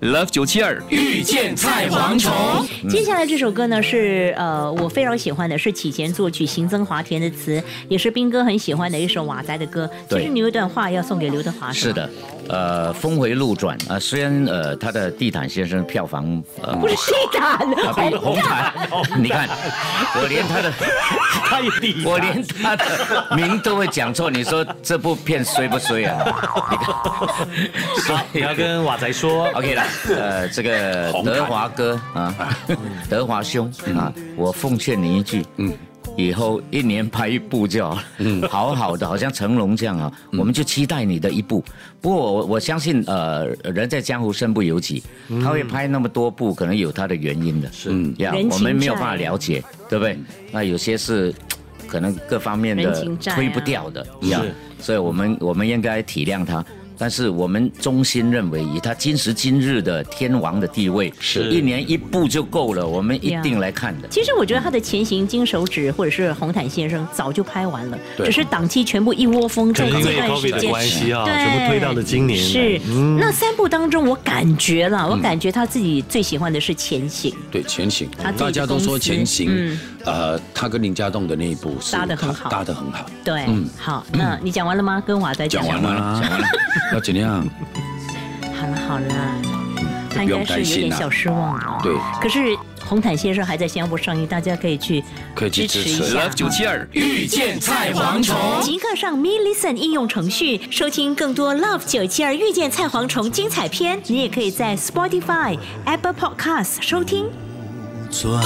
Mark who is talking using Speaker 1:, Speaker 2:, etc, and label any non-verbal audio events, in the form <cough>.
Speaker 1: Love 九七二
Speaker 2: 遇见菜蝗虫。
Speaker 3: 接下来这首歌呢是呃我非常喜欢的，是启贤作曲、邢增华填的词，也是斌哥很喜欢的一首瓦仔的歌。其
Speaker 4: 对
Speaker 3: 实你有一段话要送给刘德华，
Speaker 4: 是
Speaker 3: 吗，
Speaker 4: 的，呃，峰回路转啊、呃虽然呃他的《地毯先生》票房呃
Speaker 3: 不是哎地毯，
Speaker 4: 啊比红毯，你看，我连他的，
Speaker 5: 太低，
Speaker 4: 我连他的名都会讲错，你说这部片衰不衰啊？你看，所
Speaker 5: 你
Speaker 4: 以
Speaker 5: 要跟瓦仔说
Speaker 4: OK 啦，呃，这个德华哥啊，德华兄啊，我奉劝你一句，嗯。以后一年拍一部就好了，好好的，好像成龙这样啊，我们就期待你的一部。不过我我相信，呃，人在江湖身不由己，他会拍那么多部，可能有他的原因的，嗯是嗯呀
Speaker 3: 人，情
Speaker 4: 我们没有
Speaker 3: 债
Speaker 4: 办法了解，对不对？那有些是可能各方面
Speaker 3: 人
Speaker 4: 的
Speaker 3: 情债啊
Speaker 4: 推不掉的，呀
Speaker 5: 是
Speaker 4: 所以我们我们应该体谅他。但是我们衷心认为，以他今时今日的天王的地位，
Speaker 5: 是
Speaker 4: 一年一部就够了，我们一定来看的。
Speaker 3: 其实我觉得他的《前行金手指》或者是《红毯先生》早就拍完了，
Speaker 1: 对
Speaker 3: 只是档期全部一窝蜂在
Speaker 5: 可能因
Speaker 3: 这
Speaker 5: 为
Speaker 3: 段
Speaker 5: COVID
Speaker 3: 时
Speaker 5: 的
Speaker 3: 间。
Speaker 5: 关系啊，
Speaker 3: 对
Speaker 5: 全部推到了今年。
Speaker 3: 是，那三部当中，我感觉啦，我感觉他自己最喜欢的是《前行》，
Speaker 1: 对前行
Speaker 3: 他自己的，
Speaker 1: 大家都说
Speaker 3: 公司
Speaker 1: 前行，
Speaker 3: 嗯
Speaker 1: 呃，他跟林家栋的那一部是
Speaker 3: 搭得很好
Speaker 1: 搭得很好。
Speaker 3: 对，好，那你讲完了吗？跟瓦仔
Speaker 1: 讲
Speaker 3: 完
Speaker 1: 完了啦，讲完
Speaker 3: <laughs>
Speaker 1: 了，要怎样？
Speaker 3: 好了好了，他应
Speaker 1: 嗯
Speaker 3: 该
Speaker 1: 不用
Speaker 3: 是
Speaker 1: 担
Speaker 3: 有
Speaker 1: 心
Speaker 3: 点
Speaker 1: 啦
Speaker 3: 小失望了。
Speaker 1: 对，
Speaker 3: 可是《红毯先生》还在新加坡上映，大家可以去
Speaker 1: 可以去支
Speaker 3: 一
Speaker 1: 持
Speaker 3: 下
Speaker 1: Love 九七二。
Speaker 2: 遇见菜蝗虫。
Speaker 3: 即刻上 Me Listen 应用程序收听更多 Love 九七二遇见菜蝗虫精彩片。你也可以在 Spotify、Apple Podcast 收听。
Speaker 6: 转。